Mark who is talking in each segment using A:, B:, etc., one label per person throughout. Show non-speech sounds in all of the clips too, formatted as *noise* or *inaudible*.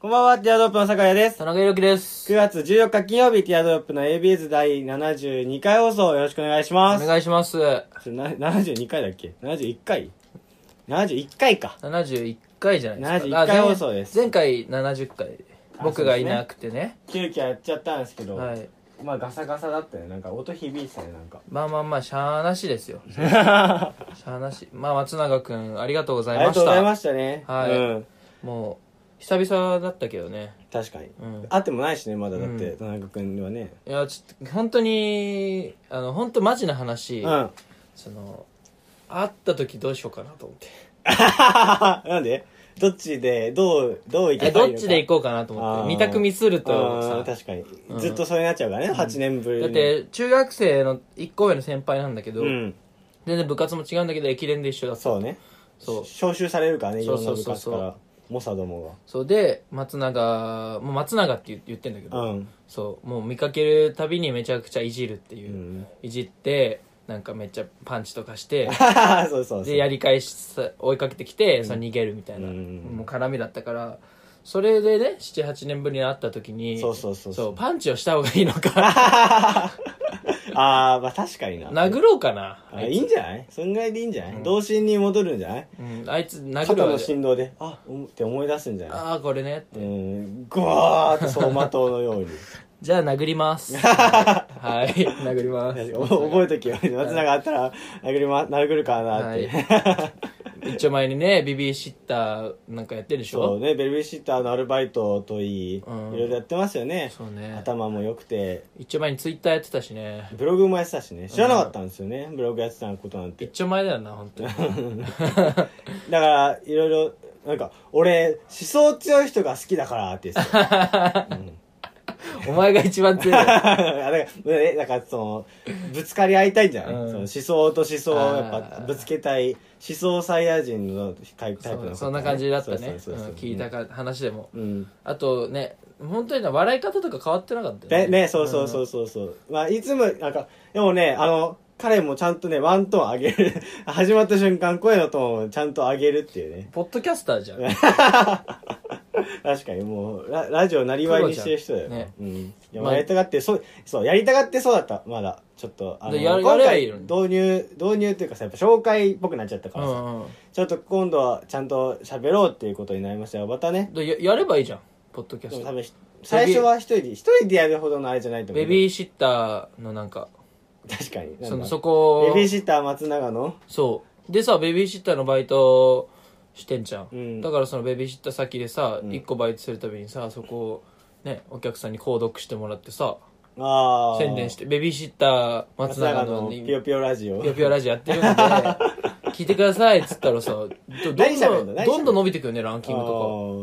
A: こんばんは、ティアドロップの酒屋です。
B: 田中裕樹です
A: 9。月14日金曜日、ティアドロップの ABS 第72回放送よろしくお願いし
B: お
A: ます。
B: 願いします。
A: ちょな72回だっけ ?71 回 ?71 回か。
B: 71回じゃないです
A: 71
B: か。
A: 回
B: あ前
A: 放送です
B: 前回70回。
A: あ
B: 僕がいなくてね。
A: 急遽やっちゃったんですけど、
B: はい。
A: まあガサガサだったね。なんか音響いてたね、なんか。
B: まあまあまあ、しゃーなし
A: *laughs*
B: ですよ。しゃーなし。まあ、松永くん、ありがとうご
A: あ
B: ざ
A: り
B: いま
A: がとうご
B: し
A: ざい
B: た。
A: ましたね。
B: はい
A: うん。
B: もう、久々だったけどね。
A: 確かに。
B: うん
A: 会ってもないしね、まだだって、
B: うん
A: 田中くんにはね。
B: いや、ちょっと、本当に、あの、本当マジな話、
A: うん。
B: その、会った時どうしようかなと思って。
A: なんでどっちで、どう、どうい
B: え、
A: けばいい
B: どっ
A: のか
B: ちで行こうかなと思っ
A: あー
B: て。二択ミスると
A: あー
B: さ、
A: 確かに、
B: うん
A: ずっとそれになっちゃうからね、8年ぶりに
B: だって中学生の1個上の先輩なんだけど、
A: うん
B: 全然部活も違うんだけど駅伝で一緒だった
A: そうね
B: そう
A: 招集されるからねい
B: そ
A: ろ
B: うん
A: な
B: そう
A: 部
B: そう
A: 活
B: そう
A: から猛者ども
B: そうで松永もう松永って言言ってんだけ
A: が
B: ど、
A: うん
B: そうもう見かけるたびにめちゃくちゃいじるっていう、
A: うん
B: いじってなんかめっちゃパンチとかして
A: *laughs* そうそうそう
B: でやり返しさ追いかけてきて、その逃げるみたいな、
A: うん
B: もう絡みだったからそれでね78年ぶりに会った時に
A: そうそうそうそう
B: パンチをした方がいいの
A: *laughs*
B: か
A: ああまあ確かにな
B: 殴ろうかな
A: あ
B: あい
A: いいんじゃないそんぐらいでいいんじゃない、童心に戻るんじゃない
B: つ,、うん、あいつ殴る
A: 肩
B: わ
A: の振動であおって思い出すんじゃない
B: ああこれね
A: うんぐわーっと走馬灯の
B: *laughs*
A: ように
B: じゃあ殴り
A: *laughs*
B: ます。はい、殴りま
A: 確
B: す
A: かに。お覚えときよ松永あったら殴り、ま、殴るかなって、
B: 一応前にね、ビビーシッターなんかやってるでし
A: *laughs* そう
B: ょ
A: ねベルビーシッターのアルバイトといい、
B: うん
A: いろいろやってますよね
B: そうね。
A: 頭も良くて
B: 一応前にツイッターやってた
A: *laughs*
B: しね。
A: ブログもやってたしね知らなかったんですよね、ブログやってたことなんて
B: 一応前だよな、本当
A: *laughs*
B: に。
A: だからいろいろなんか俺思想強い人が好きだからって言って
B: *laughs*
A: た
B: お前が一番強い。
A: だからえだからそのぶつかり合いたいんじゃない、
B: うん
A: その思想と思想をやっ
B: あ
A: ぱ
B: ー
A: ぶつけたい思想サイヤ人のタイプ
B: そ
A: タイプの方
B: う
A: ね
B: そんな感じだったね。うん
A: そうそうそうそう
B: 聞いたか話でも。
A: うん
B: あとね、本当にな笑い方とか変わってなかった
A: ね
B: よね。
A: ねそうそうそうそうそう、まあいつもなんかでもねあの彼もちゃんとねワントーン上げる *laughs* 始まった瞬間声のトーンをちゃんと上げるっていうね
B: ポッドキャスター
A: *laughs*
B: じゃん。
A: 確かにもうララジオなりわいにしてる人だよね
B: ね
A: うんいや
B: まあ
A: やりたがってそうそうやりたがってそうだったまだちょっとあの
B: でやる
A: 今
B: やればい
A: 回
B: いのに
A: 導入導入っていうかさやっぱ紹介っぽくなっちゃったか
B: う
A: らさ、
B: んうん
A: ちょっと今度はちゃんと喋ろうっていうことになりましたよまたね
B: で。ややればいいじゃん、ポッドキャ
A: で
B: ス
A: も
B: タ
A: 多
B: ー。
A: 分最初は一人で一人でやるほどのあれじゃないと思う
B: ベビーシッターのなんか、
A: 確かになんだ
B: そのそこを
A: ベビーシッター松永の
B: そうでさベビーシッターのバイトしてんじゃん、
A: うん
B: だからそのベビーシッター先でさ、
A: ん
B: 一1個バイトするたびにさそこをねお客さんに購読してもらってさ
A: ああ
B: 宣伝してベビーシッター
A: 松
B: 松永
A: 永
B: の
A: の
B: に
A: ピヨピヨラジオ
B: ピヨピヨラジオやってるんで聞いてくださいっつったら
A: *laughs*
B: さどどん
A: 何喋
B: ど
A: んの
B: ん
A: 何喋んの
B: どんどん伸びてくよねランキング
A: あ
B: と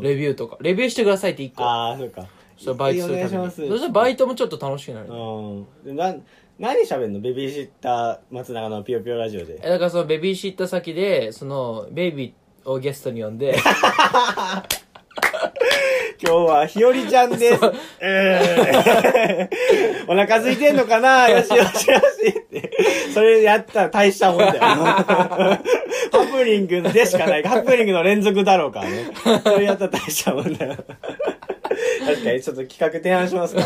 A: ー
B: かレビューとかレビューしてくださいって1個
A: ああそうか
B: それバイトするた
A: お願い
B: び
A: しま
B: に
A: す
B: そしたらバイトもちょっと楽しくなる、
A: うん。な、何喋んのベビーシッター松永のピヨピヨラジオで。 *laughs*
B: えだからそのベビーシッター先でそのベイビーをゲストに呼ん
A: *laughs*
B: で
A: 今日はひよりちゃんです。えー *laughs* お腹空いてんのかなよしよしよしって。それやったら大したもんだよ。ハプニングでしかない。ハプニングの連続だろうからね。それやったら大したもんだよ。確かに、ちょっと企画提案しますか。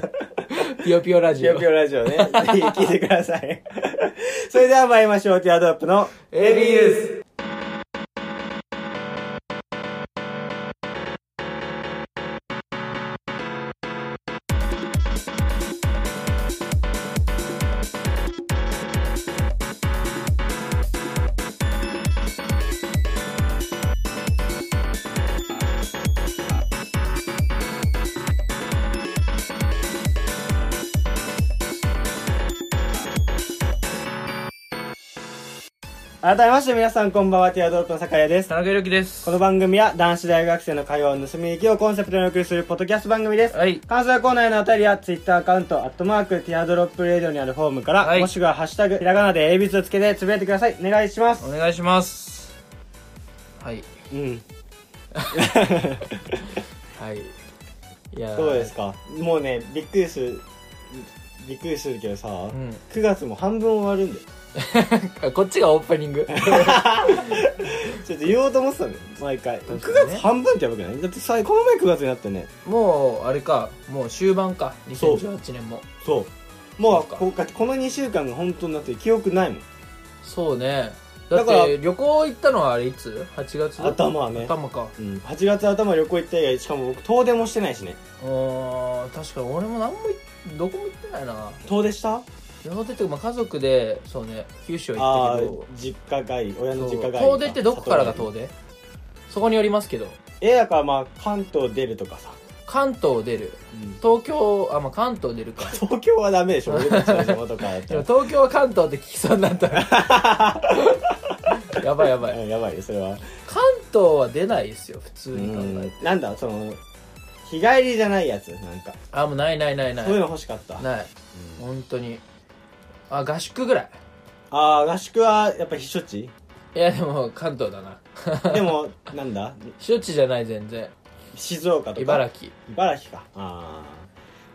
B: *laughs* ピヨピヨラジ
A: ピヨ
B: オ
A: ピ。ヨラジオね。ぜひ聞いてください。それでは参りましょう。ティアドロップの
B: AB ユ
A: 改めまして皆さんこんばんは、ティアドロップの酒屋です
B: 田。中裕樹です。
A: この番組は男子大学生の会話を盗み行きをコンセプトにお送りするポッドキャスト番組です。
B: はい。
A: 感想やコーナーへのお便りや、ツイッターアカウント、アットマーク、ティアドロップレディオにあるフォームから、
B: はい
A: もしくはハッシュタグ、ひらがなで ABS をつけてつぶやいてください。お願いします
B: お。願いします。はい。
A: うん。
B: はい。いやー
A: どうですかもうね、びっくりする、びっくりするけどさ、
B: ん
A: 9月も半分終わるんだよ。
B: あ *laughs* こっちがオープニ
A: *laughs*
B: ング
A: ちょっと言おうと思ってたんだよ毎回、9
B: 確かにね
A: 月半分ってやばくないだってさこの前9月になってね
B: もうあれかもう終盤か
A: そう
B: 2018年も
A: そうもう
B: そうか
A: ここの2週間が本当になって記憶ないもん
B: そうねだっ
A: だから
B: て旅行行ったのはあれいつ ?8 月だ
A: 頭はね
B: 頭か
A: うん、8月頭旅行行った以外しかも僕遠出もしてないしね
B: うーん確かに俺も何もいどこも行ってないな
A: 遠出した
B: 旅行出てまあ家族でそうね九州は行
A: あ
B: った
A: あ
B: けど
A: ー実家帰り親の
B: そ
A: 実
B: う
A: 家帰り
B: 遠出ってどこからが
A: 里
B: 遠出そこによりますけど
A: 帰りえだからまあ関東出るとかさ、
B: 関東出る東京あまあ関東出る
A: *laughs*
B: か
A: 東京はダメでし
B: *laughs*
A: ょ俺たちの地元からだった
B: でも
A: ら
B: 東京は関東って聞きそうになった *laughs* やばいやばい
A: うんやばいよそれは
B: 関東は出ないですよ普通に考えて
A: うんなんだその日帰りじゃないやつなんか
B: あもうないないないな
A: そういう
B: い
A: の欲しかった
B: ない本当にあ合宿ぐらい
A: ああ合宿はやっぱ避暑地
B: いやでも関東だな
A: でもなんだ
B: 避暑地じゃない全然
A: 静岡とか
B: 茨城
A: 茨城かああ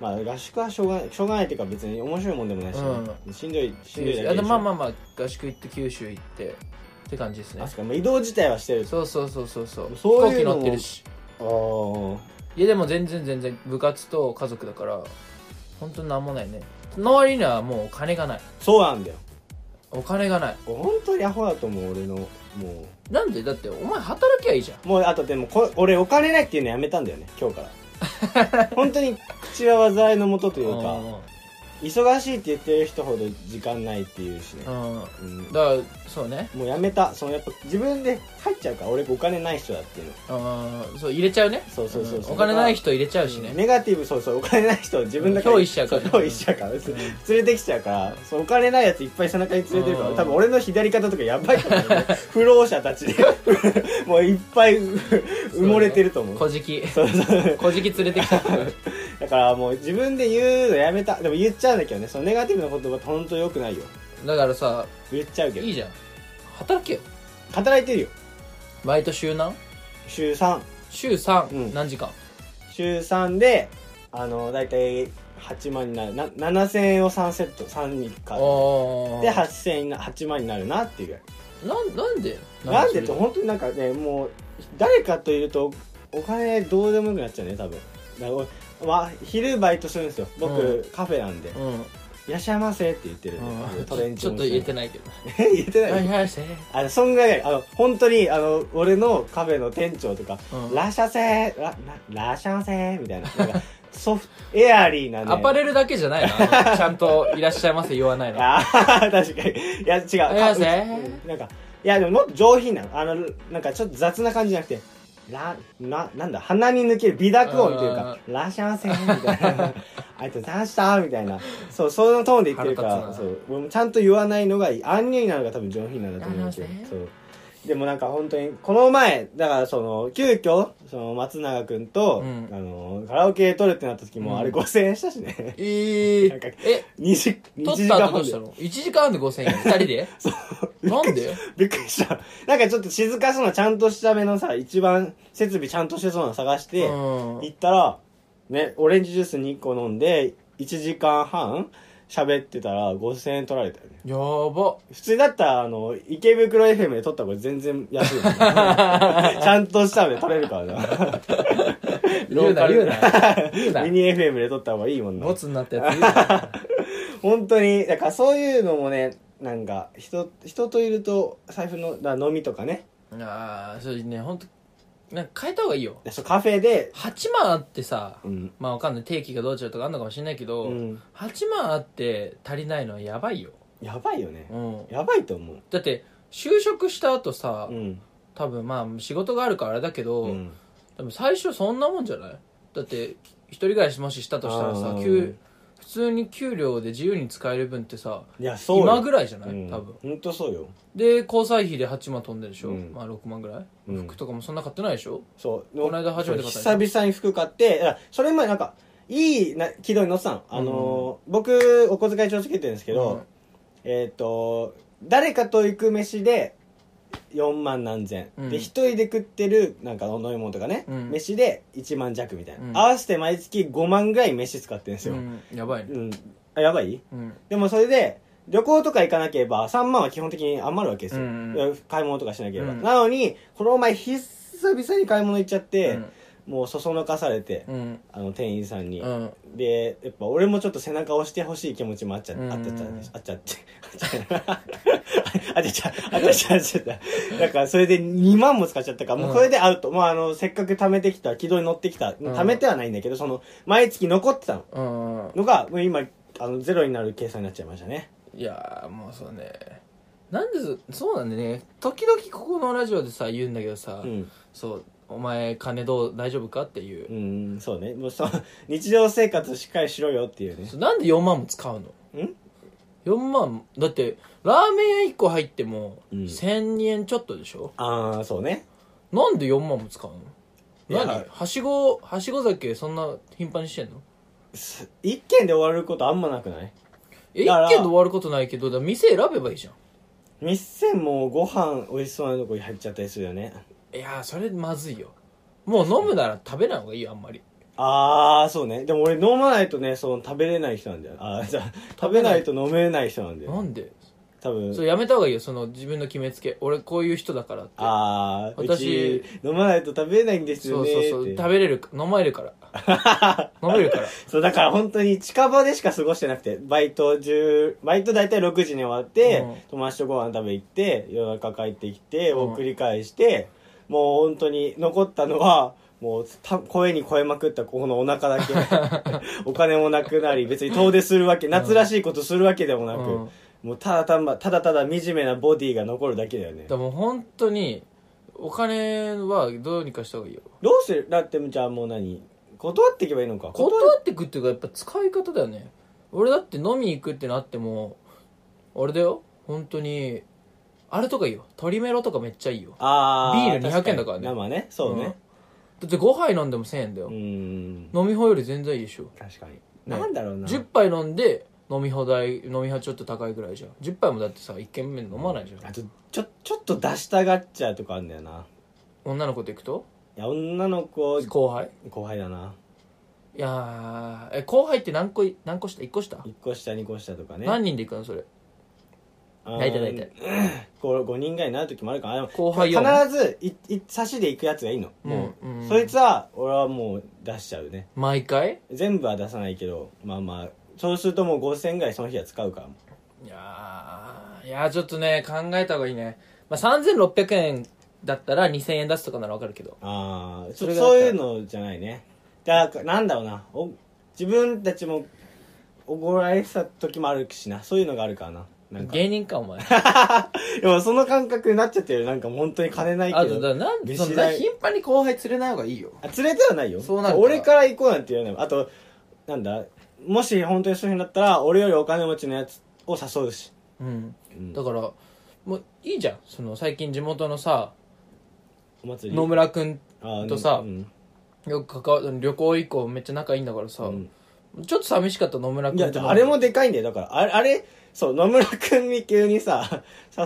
A: まあ合宿はしょうがないしょうがないっていうか別に面白いもんでもないし、
B: う
A: しんどいしんどいだけで
B: い
A: しょ
B: やでもまあまあまあ合宿行って九州行ってって感じですね
A: 確かにまあ移動自体はしてる
B: そうそうそうそうそう
A: そういう
B: 飛行機
A: のも
B: 乗ってるし
A: ああ
B: いやでも全然全然部活と家族だから本当になんもないねその割にはもうお金がない
A: そうなんだよ
B: お金がない
A: 本当にアホだと思う俺のも
B: なんでだってお前働きゃいいじゃん
A: うもうあとでもこ俺お金ないっていうのやめたんだよね今日から
B: *laughs*
A: 本当に口は災いのもとというか忙しいって言ってる人ほど時間ないっていうしね
B: う、んうんだか
A: うん
B: らそうね
A: もうやめたそのやっぱ自分で入っちゃうから俺お金ない人だっていうの
B: うんそう入れちゃうね
A: そうそうそうそうん
B: お金ない人入れちゃうしね
A: ネガティブそうそうお金ない人を自分だけ
B: 憑依しちゃうから
A: 憑依しちゃうから連れてきちゃうからそうお金ないやついっぱい背中に連れてるから
B: うん
A: 多分俺の左肩とかやばいと思うよ *laughs* 不老者たちで *laughs* もういっぱい埋もれてると思う
B: 小じき
A: そうそう
B: 小じき連れて
A: *laughs*
B: きた
A: だからもう自分で言うのやめたでも言っちゃうんだけどねそのネガティブな言葉って本当良くないよ
B: だからさ
A: 言っちゃうけど
B: いいじゃん働けよ
A: 働いてるよ
B: バイト週何
A: 週3
B: 週3、
A: うん
B: 何時間
A: 週3であの大体8万になるな7000円を3セット3にか
B: おー
A: で8000円な8万になるなっていう
B: なんなんで
A: なんでって
B: と
A: 本当になんかねもう誰かといるとお金どうでもよくなっちゃうね多分だから俺まあ、昼バイトするんですよ僕、
B: う
A: カフェなんで
B: うん、うん
A: 「いらっしゃいませ」って言ってるんで、トレンチ
B: ちょっと言えてないけど
A: ない *laughs* 言えてない
B: はいはいせ
A: あのそんぐらいあの本当にあの俺のカフェの店長とか「
B: うん
A: らっしゃせらならっしゃいませ」みたいななんかソフトエアリーなね
B: アパレルだけじゃ
A: *laughs*
B: ないのあのちゃんと「いらっしゃいませ」言わないの
A: ああ、確かに。いや、違う。
B: や
A: か
B: ぜ
A: うんなんか、いや、でももっと上品なの。あの、なんかちょっと雑な感じじゃなくて、ら、な、なんだ、鼻に抜ける微濁音というか、らっしゃいませみたいな。 *laughs* あいつ、出したみたいな。そう、そのトーンで言ってるか
B: 腹
A: ら、
B: 立つ
A: そ
B: な
A: う。俺もちゃんと言わないのがいい。安入なのが多分上品なんだと思うけど
B: らっしゃいま。せ
A: そう。でもなんか本当に、この前、だからその、急遽、その、松永くんと、
B: うん
A: あの、カラオケ撮るってなった時も、あれ5000円したしね。 *laughs*
B: えー
A: なんか
B: え
A: 2時、2
B: 取
A: 時
B: っ
A: 間
B: た
A: 半
B: 後どう
A: で
B: したの1時間半で5000円2人で
A: そう。
B: なんで
A: *laughs* びっくりした。なんかちょっと静かそうな、ちゃんとした目のさ、一番設備ちゃんとしてそうなの探して、
B: うん
A: 行ったら、ね、オレンジジュース2個飲んで、1時間半喋ってたら5000円取られたよね。
B: やば
A: 普通だったら、あの、池袋 FM で撮った方が全然安いよね、
B: *laughs*
A: ちゃんとした目取れるからな。
B: 言うな言うな
A: *laughs*
B: 言うな
A: ミニ FM で撮った方がいいもんな
B: ボ。ツになったやつ言うな
A: 本当に、だからそういうのもね、なんか、人、人といると、財布の、だから飲みとかね、
B: ああそうね本当なんか変えた方がいいよ
A: でそうカフェで、
B: 8万あってさ
A: うん。
B: まあわかんない定期がどうちゃうとかあんのかもしれないけど、
A: うん
B: 8万あって足りないのはやばいよ、
A: やばいよね
B: う。ん、
A: やばいと思う。
B: だって就職した後さ、
A: うん。
B: 多分まあ仕事があるからあれだけど、
A: うん
B: でも最初そんなもんじゃないだって一人暮らしもししたとしたら
A: あ
B: さ
A: ー
B: 給普通に給料で自由に使える分ってさ
A: いや、そうよ。
B: 今ぐらいじゃない、
A: うん
B: 多分
A: ほんとそうよ。
B: で交際費で8万飛んでるでしょ、
A: うん
B: まあ6万ぐらい、
A: うん
B: 服とかもそんな買ってないでしょ
A: そう。
B: この間初めて買った
A: そう久々に服買って、だからそれ前なんか、いいな軌道に乗ってたの。あのー、僕、お小遣い帳つけてるんですけ
B: うん
A: ど、えっと、誰かと行く飯で、4万何千。
B: うん
A: で、一人で食ってる、なんか、飲み物とかね、
B: うん
A: 飯で1万弱みたい
B: うん
A: な。合わせて毎月5万ぐらい飯使ってるんです
B: う
A: よ。
B: んやばいね
A: うん。あ、やばい
B: うん
A: でもそれで、旅行とか行かなければ3万は基本的に余るわけですよ、
B: うんう
A: 買い物とかしなければ、
B: うん
A: なのにこの前久々に買い物行っちゃって、
B: うん
A: もうそそのかされて、
B: うん
A: あの店員さんに、
B: うん
A: でやっぱ俺もちょっと背中を押してほしい気持ちもあっちゃ
B: うん
A: あっちゃったんですあっちゃってあっちゃっちゃあっちゃっちゃあっちゃっただからそれで2万も使っちゃったからもうこれでアウト、もうあのせっかく貯めてきた軌道に乗ってきた
B: ん
A: 貯めてはないんだけどその毎月残ってたの
B: うん
A: のがもう今あのゼロになる計算になっちゃいましたね
B: いやーもうそうねなんでそそうなんでね時々ここのラジオでさ言うんだけどさ、
A: うん
B: そうお前金どう大丈夫かっていう
A: う、んそうねもうそう *laughs* 日常生活しっかりしろよっていうね
B: そうなんで4万も使うの
A: ん
B: 4万だってラーメン屋1個入っても
A: うん
B: 1000円ちょっとでしょ、
A: ああそうね
B: なんで4万も使うの
A: いや
B: 何はしごはしご酒そんな頻繁にしてんの
A: 一件で終わることあんまなくない
B: え一
A: だから
B: 軒で終わることないけどだから店選べばいいじゃ
A: 店もご飯美味しそうなとこに入っちゃったりするよね
B: んいやーそれまずいよもう飲むなら食べない方がいいよあんまり
A: ああそうねでも俺飲まないとねその食べれない人なんだよあーじゃあ食べないと飲めない人なんだ
B: な
A: よ
B: んで
A: 多分
B: それやめた方がいいよその自分の決めつけ俺こういう人だからって
A: ああう
B: 私
A: ち飲まないと食べれないんです
B: そ
A: よ
B: う
A: ね
B: そうそう
A: って
B: 食べれる飲まれるから
A: *laughs*
B: 飲めるから
A: そうだから本当に近場でしか過ごしてなくてバイト10バイト大体6時に終わって、
B: うん
A: 友達とご飯食べ行って夜中帰ってきて
B: うん
A: を繰り返して、もう本当に残ったのはもうた声に超えまくったここのお腹だ
B: *laughs*
A: けお金もなくなり別に遠出するわけ夏らしいことするわけでもなく、
B: うん
A: もうただただただただ惨めなボディが残るだけだよね
B: でも本当にお金はどうにかした方がいいよ
A: どうするだってじゃあもう何断っていけばいいのか
B: 断ってくっていうかやっぱ使い方だよね俺だって飲み行くってなってもあれだよ本当にあれとかいいよ鶏メロとかめっちゃいいよ
A: あ
B: ビール200円だから
A: 確
B: ね
A: に生ねそうね
B: だって5杯飲んでも1000円だよ、
A: うん
B: 飲み放より全然いいでしょ
A: 確かに、なんだろうな
B: 10杯飲んで飲み放題飲み放ちょっと高いぐらいじゃん10杯もだってさ1軒目飲まないじゃん、
A: あとちょちょっと出したがっちゃうとかあるんだよな
B: 女の子と行くと
A: いや女の子
B: 後輩
A: 後輩だない
B: やーえ後輩って何個い何個下1個下、
A: 1個下2個下とかね
B: 何人で行くのそれ
A: 大
B: 大体大体
A: 5, 五人ぐらいになる時もあるからでも
B: 後輩よ
A: 必ずいい差しで行くやつがいいの、もう、
B: うんうん
A: そいつは俺はもう出しちゃうね
B: 毎回
A: 全部は出さないけどまあまあそうするともう5000円ぐらいその日は使うから
B: いやーいやーちょっとね考えた方がいいね、まあ、3600円だったら2000円出すとかならわかるけど
A: ああ
B: そ
A: そ
B: れが
A: そういうのじゃないねだからなんだろうなお自分たちもおごられてた時もあるしなそういうのがあるからななんか
B: 芸人かお前
A: でもその感覚になっちゃってるなんかもう本当に金ない
B: あ
A: け
B: と
A: ど
B: だなん
A: 飯
B: その
A: 代
B: 頻繁に後輩連れない方がいいよ
A: あ連れてはないよ
B: そうなるから
A: 俺から行こうなんて言わないあとなんだもし本当にそういうふうになったら俺よりお金持ちのやつを誘うし、
B: うん
A: うん
B: だからもういいじゃんその最近地元のさ
A: お祭り
B: 野村君
A: あ
B: とさ
A: うん
B: よく関わる旅行以降めっちゃ仲いいんだからさ、
A: うん
B: ちょっと寂しかった野村
A: い
B: 君
A: や
B: と
A: あれもでかいんだよだからあれあれそう野村君に急にさ *laughs* 誘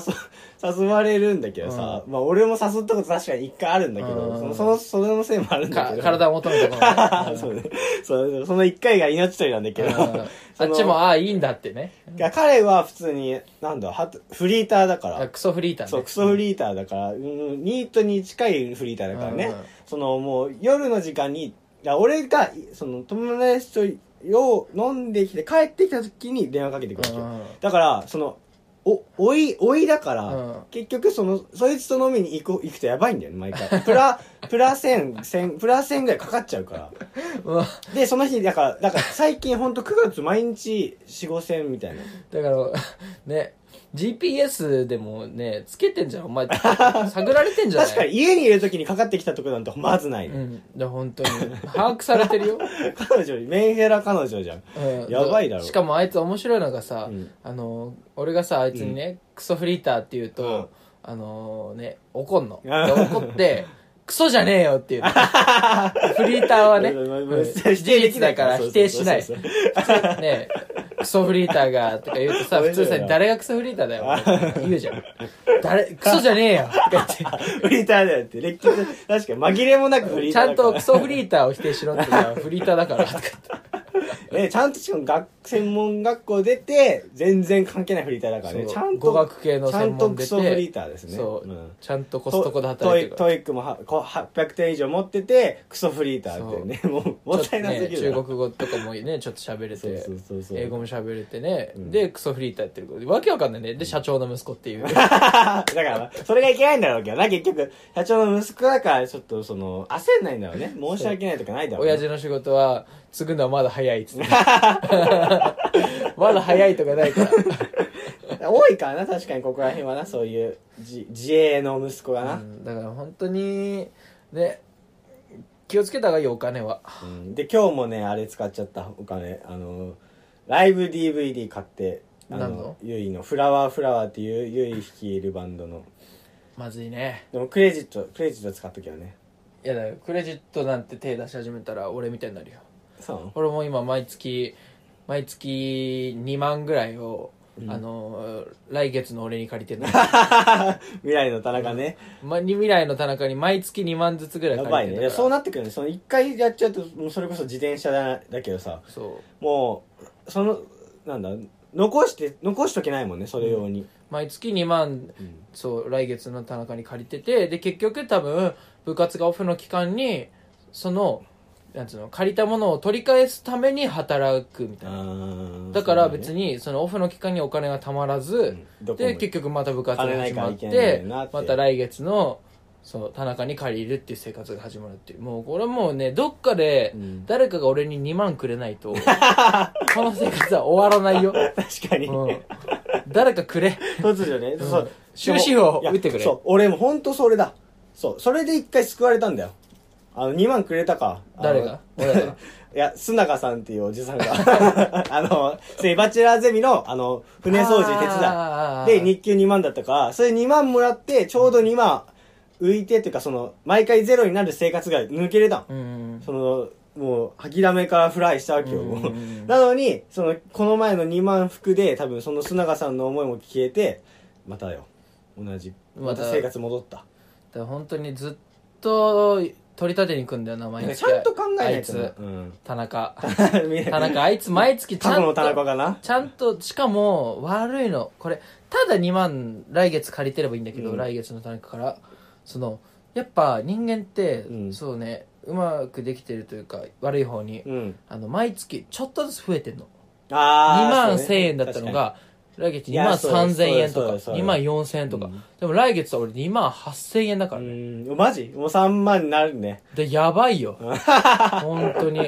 A: 誘われるんだけどさ、まあ俺も誘ったこと確かに一回あるんだけど、
B: うん
A: そのそのそのせいもあるんだ
B: か
A: けど
B: 体を求めてこ
A: *laughs*
B: ない
A: そうねそうその一回が命取りなんだけど
B: うんあ
A: そ
B: っ
A: の
B: ちもああいいんだってね
A: いや彼は普通になんだはとフリーターだか
B: あ
A: ら
B: クソフリーターね
A: そうクソフリーターだから、うん、ニートに近いフリーターだからね、
B: うんうん
A: そのもう夜の時間にいや俺がその友達とよう飲んできて帰ってきた時に電話かけてくるわけよ、
B: うんうん
A: だからそのおおいおいだから、
B: うん
A: 結局そのそいつと飲みに行く行くとやばいんだよね毎回プラ *laughs* プラ1000 1000プラ1000ぐらいかかっちゃうから
B: うわ
A: でその日だからだから最近ほんと9月毎日45000みたいな
B: だから *laughs* ね GPS でもねつけてんじゃ
A: *laughs*
B: んお前探られてんじゃない
A: 確かに家にいる時にかかってきたとこなんてまずないね、
B: うんだから本当に把握されてるよ、
A: 彼女メンヘラ彼女じゃん
B: う
A: *laughs*
B: ん、
A: やばいだろ
B: しかもあいつ面白いのがさ、
A: うん
B: あの俺がさあいつにね、クソフリーターって言うと、あのね怒
A: *laughs*
B: んので怒ってクソじゃねえよっていうのフリーターはね、うん
A: 否
B: 事
A: 定でき
B: 実
A: ない
B: だ
A: か
B: からら否定しない
A: そうそう
B: ねクソフリーターがとか言うとさ普
A: 面白
B: 通
A: いな
B: さ誰がクソフリーターだよって言うじゃん誰クソじゃねえよとか言って
A: フリーターだよって。歴史確かに紛れもなくフリー
B: ち
A: ター
B: ゃ
A: だ
B: ん
A: から。
B: とクソフリーターを否定しろって言うからフリーターだからとか言って
A: *laughs* ね、ちゃんとしかも学専門学校出て、全然関係ないフリーターだからね。
B: そう
A: ちゃんと。
B: 語学系の
A: ちゃ
B: 専
A: んと
B: 門
A: ク
B: 出て
A: ソフリーターですね。
B: そう、
A: ん
B: ちゃんとコストコで
A: ト
B: 働
A: イ
B: いてるか
A: ト
B: ら
A: イックもはこ800点以上持ってて、クソフリーターってね、もう、もったいなすぎ
B: ち
A: るな。
B: ょっとね中国語とかもねちょっと喋れて
A: そうそうそうそう
B: 英語も喋れてね、
A: ん
B: でクソフリーターやってるからわけわかんないねで社長の息子っていう
A: だから、それがいけないんだろうけどな、結局、社長の息子だから、ちょっとその、焦んないんだろうね。申し訳ないとかないだろうね。
B: 親父の仕事は継ぐのはまだ早いっつって *laughs* まだ早いとかないから
A: 多いからな、確かにここら辺はな、そういう、じ自営の息子がな
B: う。んだから本当にね気をつけた方がいいよお金は
A: うんで今日もねあれ使っちゃったお金あのライブ DVD 買ってあ
B: 何の
A: ゆいの「フラワーフラワー」っていうゆい率いるバンドの
B: まずいね
A: でもクレジットクレジット使っときはね
B: いやだよクレジットなんて手出し始めたら俺みたいになるよ
A: そう *laughs*
B: 俺も今毎月毎月2万ぐらいを、あの来月の俺に借りてるの
A: *laughs* 未来の田中ね、
B: ま未来の田中に毎月2万ずつぐらい
A: やばい
B: 借り
A: ねい
B: てる
A: や
B: か
A: そ
B: ら
A: うなってくるねその一回やっちゃうともうそれこそ自転車だだけどさ
B: そう
A: もうそのなんだ残して残しとけないもんねそれ用に、
B: 毎月2万、そう来月の田中に借りててで結局多分部活がオフの期間にそのなんつうの借りたものを取り返すために働くみたいな
A: あー
B: だから別
A: そう
B: にそのオフの期間にお金がたまらず、
A: うんどこも
B: で結局また部活が始まっ
A: 金ないからいけないん
B: て
A: だよなって
B: また来月のそう田中に借りるっていう生活が始まるっていうもうこれはもうねどっかで
A: うん
B: 誰かが俺に2万くれないと、この生活は終わら
A: *laughs*
B: ないよ、
A: だね確かに、
B: うん、誰かくれ
A: 突如ね、そう
B: うん終止符を
A: いや
B: 打ってくれ
A: そう俺も本当それだそうそれで一回救われたんだよあの2万くれたかあの
B: 誰が俺が
A: いや須永さんっていうおじさんが *laughs* あのセイバチュラーゼミのあの *laughs* 船掃除手
B: あー
A: 伝いで日給2万だったからそれ2万もらってちょうど2万浮いてというかその毎回ゼロになる生活が抜けれたの
B: うん
A: そのもう諦めからフライしたわけよ、もう
B: うんうんうん
A: なのにそのこの前の2万服で多分その須永さんの思いも消えてまたよ同じま
B: また
A: た生活戻った、
B: だから本当にずっと取り立てに行くんだよな毎月
A: ちゃんと考えな
B: あ
A: い
B: い
A: と
B: つ
A: うん *laughs*
B: 田中田
A: 田
B: 中あいつ毎月
A: *laughs*
B: ち
A: 過
B: ゃ
A: 去の
B: ん
A: 田中
B: と
A: かな
B: ちゃんとしかも悪いのこれただ2万来月借りてればいいんだけど、
A: うん
B: 来月の田中からそのやっぱ人間って、
A: うん
B: そうねうまくできてるというか悪い方に、
A: うん
B: あの毎月ちょっとずつ増えてんの
A: あ
B: 2
A: あ
B: 万1000円だったのが来月2万3000円と
A: いや
B: か
A: そうです
B: 2万4000円とか、
A: うん
B: でも来月は俺2万8000円だから、ね
A: うんマジもう3万になるね
B: でやばいよ
A: *laughs*
B: 本当に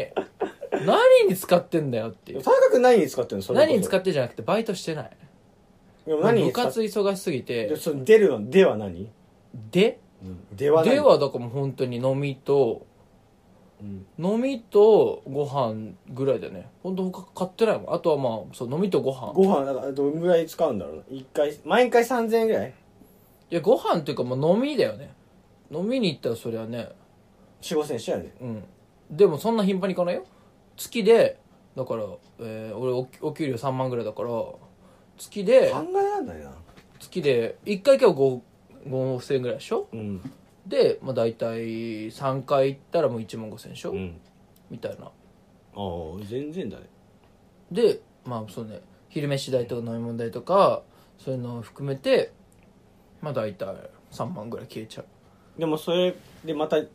B: 何に使ってんだよっていう
A: 田中君何に使ってるのそれこそ
B: 何に使ってじゃなくてバイトしてない
A: でも何
B: 部
A: に使っ
B: 活忙しすぎて
A: でその出るのでは何、
B: で
A: うん、では何
B: ではだからもう本当に飲みと
A: うん
B: 飲みとご飯ぐらいだよね本当他買ってないもんあとはまあそう飲みとご飯
A: ご飯だからどんぐらい使うんだろうな一回毎回3000円ぐらい
B: いやご飯っていうかもう飲みだよね飲みに行ったらそりゃね
A: 4 5千円しちゃうよね
B: うんでもそんな頻繁に行かないよ月でだから、えー俺おお給料3万ぐらいだから月で
A: 考えられないな
B: 月で1回今日5 5 0円ぐらいでしょ
A: うん
B: で、まあ、大体3回行ったらもう1万5000円でしょ、
A: うん
B: みたいな
A: ああ全然だね
B: でまあそうね昼飯代とか飲み物代とかそういうのを含めてまあ大体3万ぐらい消えちゃう
A: でもそれでまたん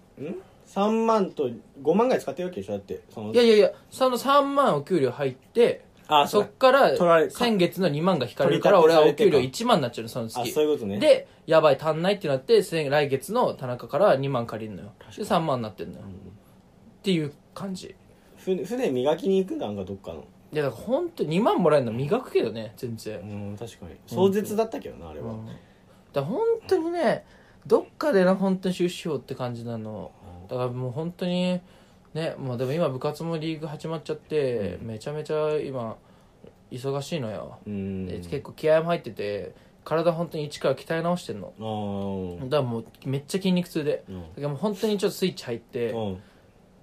A: 3万と5万ぐらい使ってるわけでしょだってその
B: いやいやいやその3万お給料入って
A: あ
B: そ
A: そ
B: っ
A: う
B: から
A: 取られ
B: 先月の2万が引かれるから俺はお給料1万になっちゃうのその
A: あ
B: 月
A: そういうことね
B: でやばい足んないってなって先来月の田中から2万借りるのよで3万になってんのよ、っていう感じ
A: 船船磨きに行くんだなんかどっかの
B: いやだから本当に2万もらえるの磨くけどね全然
A: うん確かに壮絶だったけどなあれは
B: だから本当にねどっかでな本当に終止符って感じなのだからもう本当にねもうでも今部活もリーグ始まっちゃって、めちゃめちゃ今忙しいのよ、
A: うん
B: で結構気合も入ってて体本当に一から鍛え直してんの
A: あー
B: だからもうめっちゃ筋肉痛で
A: うん
B: だからもう本当にちょっとスイッチ入って
A: うん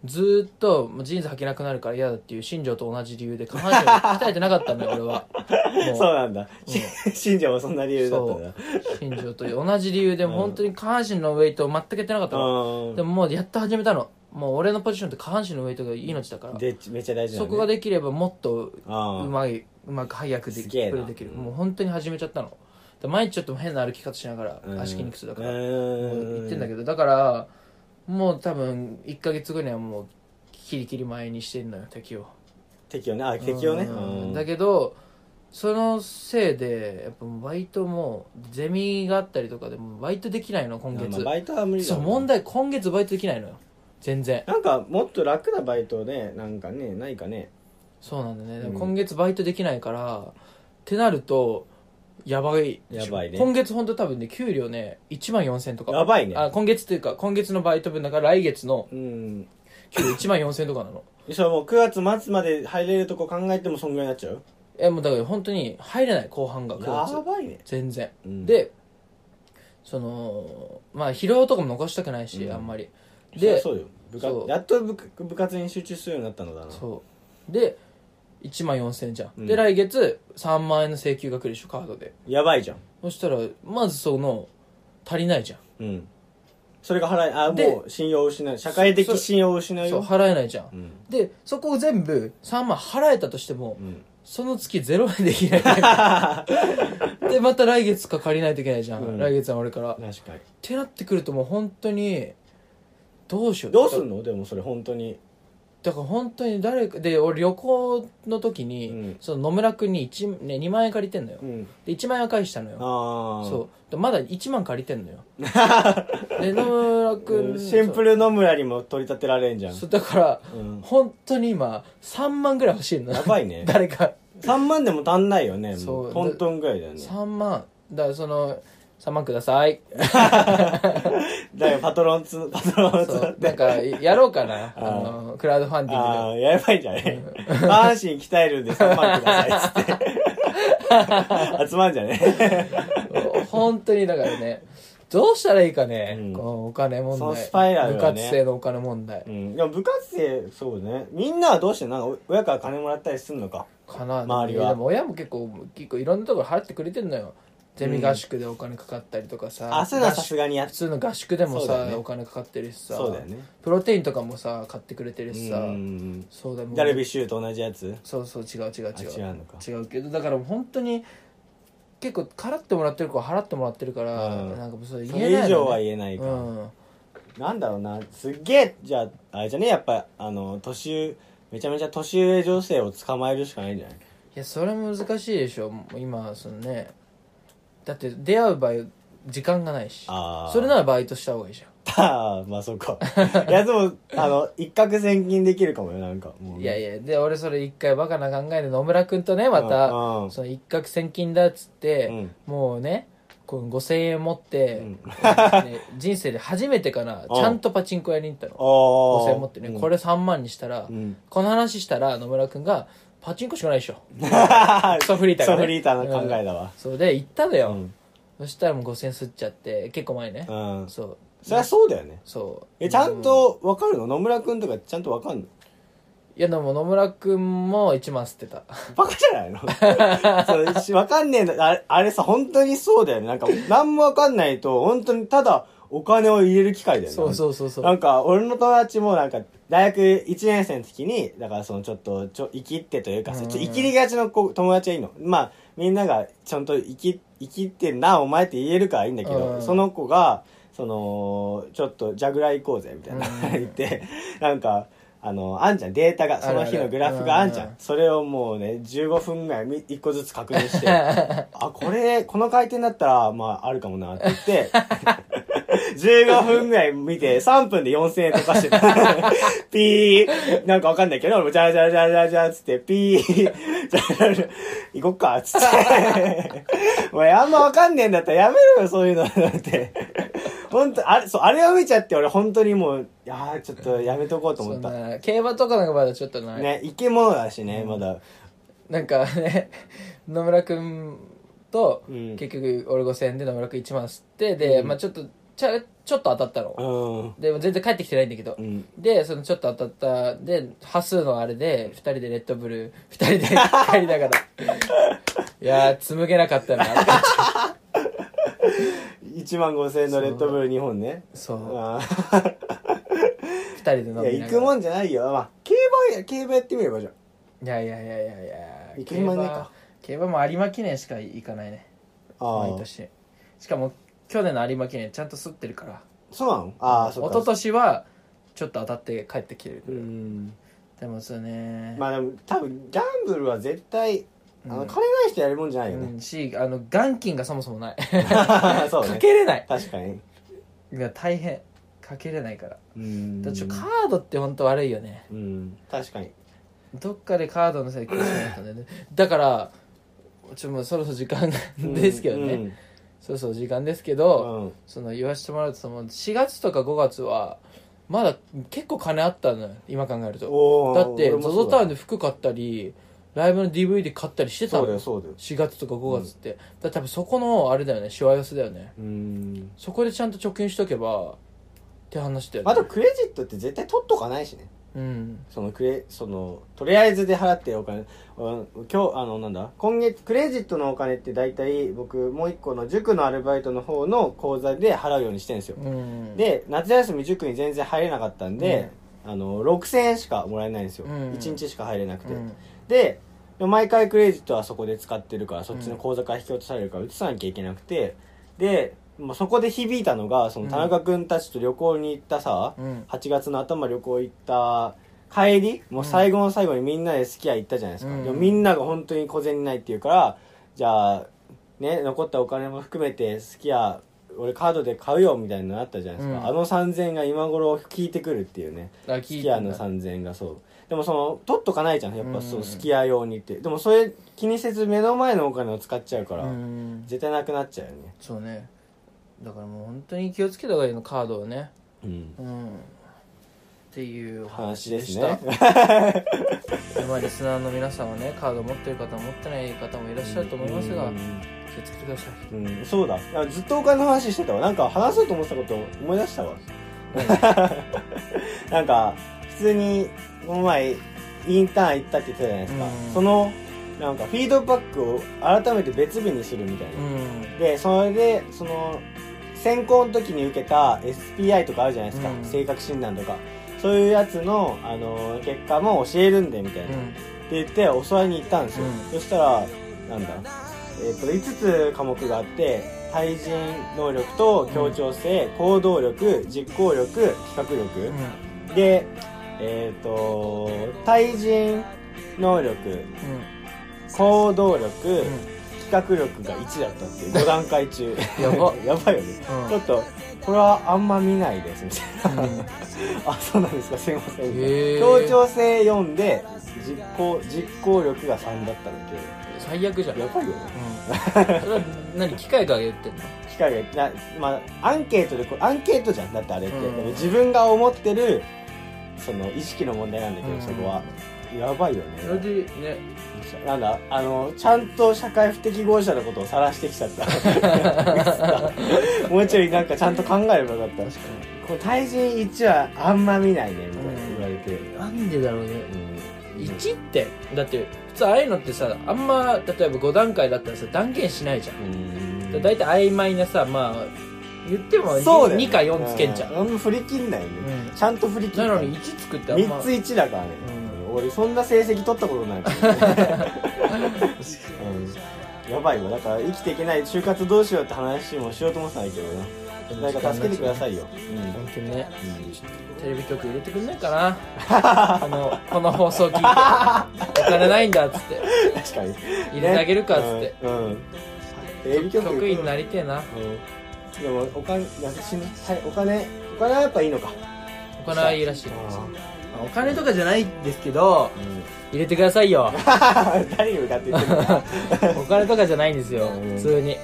B: ずーっともうジーンズ履けなくなるから嫌だっていう新庄と同じ理由で下
A: *laughs*
B: 半身を鍛えてなかったのよ俺はもう
A: そうなんだし信者もそんな理由だったんだ
B: 新庄と同じ理由で本当に下半身のウェイトを全くやってなかったの、
A: うん
B: でももうやっと始めたのもう俺のポジションって下半身のウェイトが命だから、
A: で、めっちゃ大事な
B: そ
A: のね
B: こができればもっと
A: ああ
B: うまいうまく早くですき
A: げえな
B: プレーできるもう本当に始めちゃったのだから毎日ちょっと変な歩き方しながら
A: うん
B: 足筋肉痛だから
A: う
B: も
A: ー
B: うん言ってんだけどだからもう多分1ヶ月後にはもうキリキリ前にしてんのよ敵を
A: 適応ねあ適応ね
B: うん
A: うん
B: だけどそのせいでやっぱもうバイトもゼミがあったりとかでもうバイトできないの今
A: まあ
B: 月
A: バイトは無理だ
B: そう
A: ろ
B: 問題今月バイトできないのよ全然
A: なんかもっと楽なバイトねなんかねないかね
B: そうなんだね、で
A: うん
B: も今月バイトできないからってなるとやばいでしょ
A: やばいね
B: 今月本当多分ね給料ね1万4000とか
A: やばいね
B: あ今月というか今月のバイト分だから来月の
A: うん
B: 給料1万4000とかなの
A: そうもう9月末まで入れるとこ考えてもそんぐらいになっちゃう
B: えもうだから本当に入れない後半が9
A: や
B: 月
A: ばいね
B: 全然、
A: うん
B: でそのまあ疲労とかも残したくないし、
A: うん
B: あんまり
A: そりゃ
B: で
A: そうよ部
B: そ
A: 活
B: う
A: やっと部部活に集中するようになったのだな
B: そうで1万4000じゃん、
A: うん
B: で来月3万円の請求が来るでしょカードで
A: やばいじゃん
B: そしたらまずその足りないじゃん
A: うんそれが払えあ
B: で
A: もう信用を失う社会的信用を失う
B: そう
A: よ
B: 払えないじゃん、
A: うん
B: でそこを全部3万払えたとしても、
A: うん
B: その月ゼロ円でき
A: *laughs*
B: ないでまた来月か借りないといけないじゃん、
A: うん
B: 来月は俺からっ
A: 確かに
B: てなってくるともう本当にどうしよう
A: どうすん
B: だ
A: のでもそれ本当に
B: だから本当に誰かで俺旅行の時に、
A: うん
B: その野村君に1、ね、2万円借りてんのよ、
A: うん
B: で1万円は返したのよ
A: ああ
B: そうでまだ1万借りてん
A: *laughs*
B: のよで野村君
A: シンプ
B: ル
A: ル野村にも取り立てられんじゃん
B: そうだから
A: うん
B: 本当に今3万ぐらい欲しいの
A: やばいね
B: *laughs* 誰か
A: 3万でも足んないよねも
B: そうう
A: トントンぐらいだよね
B: 3万だからその3万ください
A: だよパトロンつパトロンつ
B: そうなんかやろうかなあ
A: ー
B: のクラウドファンディ
A: あ
B: ン
A: あやばいんじゃね下半身鍛えるんで3万くださいっつっ
B: *laughs*
A: て集まんじゃね
B: グでお *laughs* 本当にだからねどうしたらいいかね、
A: うん
B: このお金問
A: その
B: 題
A: スパイラル
B: 部
A: はね
B: 活生のお金問題
A: うん、でも部活生そうねみんなはどうしてんのなんか親から金もらったりすんのか
B: かな
A: 周りは
B: でも親も結構結構いろんなところ払ってくれてんのよゼミ合宿でお金かかったりとかさ、
A: あそれは
B: 合
A: さ
B: 宿
A: すがにやっ
B: 普通の合宿でも
A: そうだよ
B: さ、
A: ね
B: お金かかってるしさ
A: そうだよね
B: プロテインとかもさ買ってくれてるしさ、
A: うん
B: そうだもう
A: ダルビッシュと同じやつ
B: そうそう違う違う違
A: あ違
B: う
A: うのか
B: 違うけどだから本当に結構払ってもらってる子は払ってもらってるから、
A: うん
B: なんかもうそれ
A: そ
B: 言えない、
A: れ以上は
B: え
A: 言えないか、
B: うん
A: なんだろうなすっげえじゃああれじゃねやっぱあの年上めちゃめちゃ年上女性を捕まえるしかないんじゃない
B: いやそれも難しいでしょもう今そのねだって出会う場合時間がないし
A: ああ
B: それならバイトした方がいいじゃ
A: ああまあそうかいやでもあの一攫千金できるかもよなんかもうん
B: いやいやで俺それ一回バカな考えで野村君とねまた、
A: うんうん
B: その一攫千金だっつって、
A: うん
B: もうねこう5000円持って、
A: うん
B: ね人生で初めてか
A: う
B: な
A: ん
B: ちゃんとパチンコ屋に行ったの
A: ああ
B: 5000円持ってね、これ3万にしたら、
A: うん
B: この話したら野村君が「パチンコしかないでしょ」 *laughs* クソフリーター
A: ソ
B: がね
A: フリーターの考えだわ
B: そうで行ったのよ、
A: うん
B: そしたらもう5000すっちゃって結構前ね、
A: うんそり
B: そう
A: ゃそうだよね
B: そう
A: えちゃんとわかるの野村くんとかちゃんとわかんの
B: いやでも野村君も1万吸って
A: *laughs*
B: た
A: バカじゃないの *laughs* そうしわかんねえのあれあれさ本当にそうだよねなんか何もわかんないと本当にただお金を入れる機会だよね
B: そうそうそうそう
A: なんか、俺の友達もなんか、大学1年生の時に、だからそのちょっと、ちょ、生きってというか、
B: うん
A: ちょっと生きりがちの子友達がいいの。まあ、みんなが、ちゃんと生き、生きってんな、お前って言えるからいいんだけ
B: う
A: ど、
B: ん
A: その子が、その、ちょっと、ジャグラー行こうぜ、みたいな、
B: うん
A: 言って、なんか、あの、あんじゃん、データが、その日のグラフがあんじゃ
B: あるあるうん
A: ん。それをもうね、15分ぐらい、み一個ずつ確認
B: *laughs*
A: して、あ、これ、この回転だったら、まあ、あるかもな、って言って、15分ぐらい見て、3分で4000円とかしてた。 *laughs* ピー、なんかわかんないけど、俺もじゃじゃじゃじゃじゃつって、ピー、じゃじゃじゃ、行こっか、つって。 *laughs* お前あんまわかんねえんだったらやめろよ、そういうの、なんて。本当あれ、そう、あれを見ちゃって、俺本当にもう、いやーちょっとやめとこうと思っ
B: そ
A: た。
B: んな競馬とかなんかまだちょっとない、
A: ね、生き物だしね、まだ。
B: なんかね野村君と、
A: うん
B: 結局俺5000円で野村君1万吸ってで、まあちょっとちゃちょっと当たったの、
A: うん。
B: でも全然帰ってきてないんだけど、
A: うん。
B: でそのちょっと当たったで端数のあれで2人でレッドブル2人で
A: *laughs*
B: 帰りながらいやー紡げなかったな
A: 1万5000円のレッドブル2本ね。
B: そう
A: あー
B: 2人で飲みながら
A: いや、行くもんじゃないよ。まあ、競馬や、競馬やってみればじゃん。
B: いやいやいやいやいや
A: 行けまねえか
B: 競馬競馬も有馬記念しか行かないね
A: あ
B: 毎
A: あ。
B: 年しかも去年の有馬記念ちゃんと吸ってるから
A: そうなのああ、そ
B: 一
A: うか。
B: 昨年はちょっと当たって帰ってきてる、
A: うん。
B: でもそうね、
A: まあでも、多分、ギャンブルは絶対、あの、
B: うん
A: 金ない人やるもんじゃな
B: う
A: いよね。
B: ん、しあの元金がそもそもない
A: *laughs* そう
B: か
A: ね。
B: けれない
A: 確かに。
B: いや大変かけれないから
A: うん
B: だからちょカードって本当悪いよね
A: うん。確かに。
B: どっかでカードのせいかもしれないとねだからちょっともうそろそろ時間 *laughs* が *laughs* ですけどね、
A: うん。
B: そろそろ時間ですけ
A: う
B: ど、
A: んうん
B: その言わせてもらうともう4月とか5月はまだ結構金あったのよ今考えると
A: おー
B: だって
A: 俺も
B: ZOZO
A: そう
B: タ
A: だ
B: ウンで服買ったりライブの DVD 買ったりしてた
A: そう
B: の
A: だ
B: よ
A: よ、そうだよ。
B: 4月とか5月って、だから多分そこのあれだよねしわ寄せだよね
A: うん。
B: そこでちゃんと貯金しとけばって話だよね
A: あと、クレジットって絶対取っとかないしね。
B: うん
A: そのクレそのとりあえずで払ってるお金うん今日あのなんだ今月クレジットのお金って大体僕もう一個の塾のアルバイトの方の口座で払うようにしてるんですよ、
B: うん
A: で夏休み塾に全然入れなかったんで、あの6000円しかもらえないんですよ、
B: うん
A: 一1日しか入れなくて、
B: うん
A: で毎回クレジットはそこで使ってるからそっちの口座から引き落とされるから移さなきゃいけなくてでもうそこで響いたのがその田中君たちと旅行に行ったさ、
B: うん
A: 8月の頭旅行行った帰りもう最後の最後にみんなでスキヤ行ったじゃないですか、
B: うん
A: でもみんなが本当に小銭ないっていうからじゃあね残ったお金も含めてスキヤ俺カードで買うよみたいになったじゃないですか、
B: うん
A: あの3000円が今頃効いてくるっていうね
B: あ
A: ス
B: 聞い
A: キ
B: て
A: ヤ
B: ん
A: の
B: だ
A: 3000円がそうでもその取っとかないじゃんやっぱそううんスキヤ用にってでもそれ気にせず目の前のお金を使っちゃうから、
B: うん
A: 絶対なくなっちゃうよね
B: そうねだからもう本当に気をつけた方がいいのカードをね
A: うん
B: うんっていうお
A: 話
B: 話
A: で
B: ですした
A: ね
B: まあリスナーの皆さんはねカード持ってる方持ってない方もいらっしゃると思いますが、
A: うん
B: 気をつけてください
A: うん、そうだあずっとお金の話してたわなんか話そうと思ってたこと思い出したわなんか普通にこの前インターン行ったって言ってたじゃないですか、
B: うん
A: そのなんかフィードバックを改めて別日にするみたいな、
B: うん
A: でそれでその選考の時に受けた SPI とかあるじゃないですか、
B: うん
A: 性格診断とかそういうやつの、あの結果も教えるんでみたいな、
B: う
A: って言
B: ん
A: って教わりに行ったんですよ、
B: うん
A: そしたらなんだえっと5つ科目があって対人能力と協調性、行動力実行力企画力、でえっ、と対人能力行動力、
B: うんうん
A: 企画力が1だったっていう5段階中
B: やば
A: *laughs* やばいよねちょっとこれはあんま見ないですみたい
B: うん
A: なあそうなんですかすいませんみたいな
B: へー
A: 協調性4で実行実行力が3だったんだけ
B: 最悪じゃん
A: どやばいよね
B: うんそれは何機械が言ってんの
A: 機械がなまあアンケートでこうアンケートじゃんだってあれって、
B: うん
A: でも自分が思ってるその意識の問題なんだけど、
B: うん
A: そこはやばいよね
B: それでね
A: なんだあのちゃんと社会不適合者のことを晒してきちゃった
B: *laughs*
A: もうちょいなんかちゃんと考えればよかった
B: 確か
A: こう対人1はあんま見ないねみたいな
B: うん
A: 言われて、
B: になんでだろうね
A: うん
B: 1ってだって普通ああいうのってさあんま例えば5段階だったらさ断言しないじゃん
A: うん
B: だ大体曖昧なさまあ言っても
A: そうだよね、
B: 2か4つけんじゃん
A: うあんま振り切んないよね、
B: うん
A: ちゃんと振り切
B: なんの
A: ない
B: に1つくってあんま
A: 3つ1だからね、
B: うん
A: 俺そんな成績取ったことないから、ね
B: *laughs*
A: うんやばいよだから生きていけない就活どうしようって話もしようと思ってたんだけどな誰か助けてくださいよ、
B: 本当にね
A: うん
B: テレビ局入れてくんないかなこのこの放送聞いて *laughs* お金ないんだっつって
A: 確かに
B: 入れてあげるかっつって、
A: ねうんうんテレビ局
B: 局員にな
A: り、
B: りてえな
A: うん、でもお金なんかしんはいお金お金はやっぱいいのか
B: お金はいいらしい
A: あ
B: お金とかじゃないんですけど入れてくださ
A: *laughs*
B: い *laughs* よ
A: ーうん誰に向かって言ってるのか
B: お金とかじゃないんですよ
A: うん
B: 普通に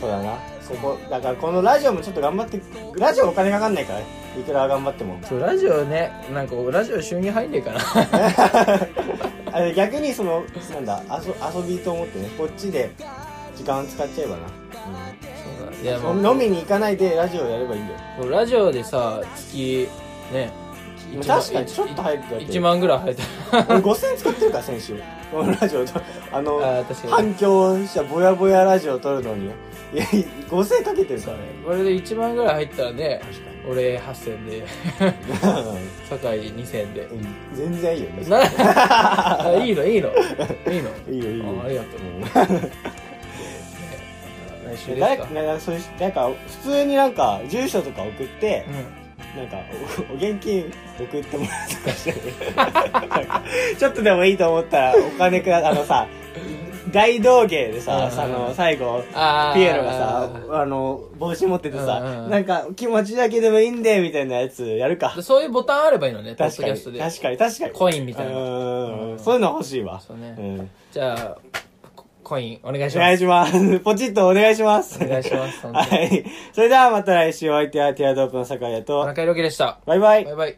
A: そうだなここだからこのラジオもちょっと頑張ってラジオお金かかんないからねいくら頑張っても
B: そうラジオねなんかラジオ収入入んねえかな
A: あれ逆にそのなんだ遊遊びと思ってねこっちで時間使っちゃえばな、
B: そうだいやも
A: う、
B: うん
A: 飲みに行かないでラジオやればいいんだよ
B: ラジオでさ月ね
A: 確かにちょっと早くやってる
B: 1万ぐらい入った
A: 俺5000使ってるから先週このラジオとあの
B: あー確かに
A: 反響したぼやぼやラジオ撮るのにいや5000かけてるからね
B: これで1万ぐらい入ったらね
A: 確かに *laughs*
B: 俺8000で酒井2000で
A: うん全然いいよね
B: なあ *laughs* いいのいいのいいの
A: いいよいいよ
B: あありがと
A: う
B: う
A: ん
B: 来週で
A: 誰
B: す
A: か
B: か
A: なんかそういうなんか普通になんか住所とか送って
B: う、ん
A: なんかおお *laughs* 現金送ってもらうとかして
B: *laughs*
A: なんかちょっとでもいいと思ったらお金くだあのさ大道芸で
B: うんうん
A: さ
B: うん
A: その最後
B: あー
A: ピエロがさあの帽子持ってて
B: うん
A: さ
B: うん
A: なんか気持ちだけでもいいんでみたいなやつやるか
B: でそういうボタンあればいいのね、ポッ
A: 確
B: ド
A: か
B: キャ
A: に
B: スト
A: 確
B: で。
A: かに確かに
B: コインみたいな
A: うん
B: うん
A: そういうの欲しいわ
B: そうね
A: うん
B: じゃあ、ココインお願い
A: お
B: し
A: 願
B: ま
A: い
B: す。
A: します。ポチッとお願いします。
B: お願いします本当に
A: はい。それではまた来週お相手はティアドロップの酒屋と
B: 田、中裕樹でした。
A: バイバイ
B: バイ。バイ。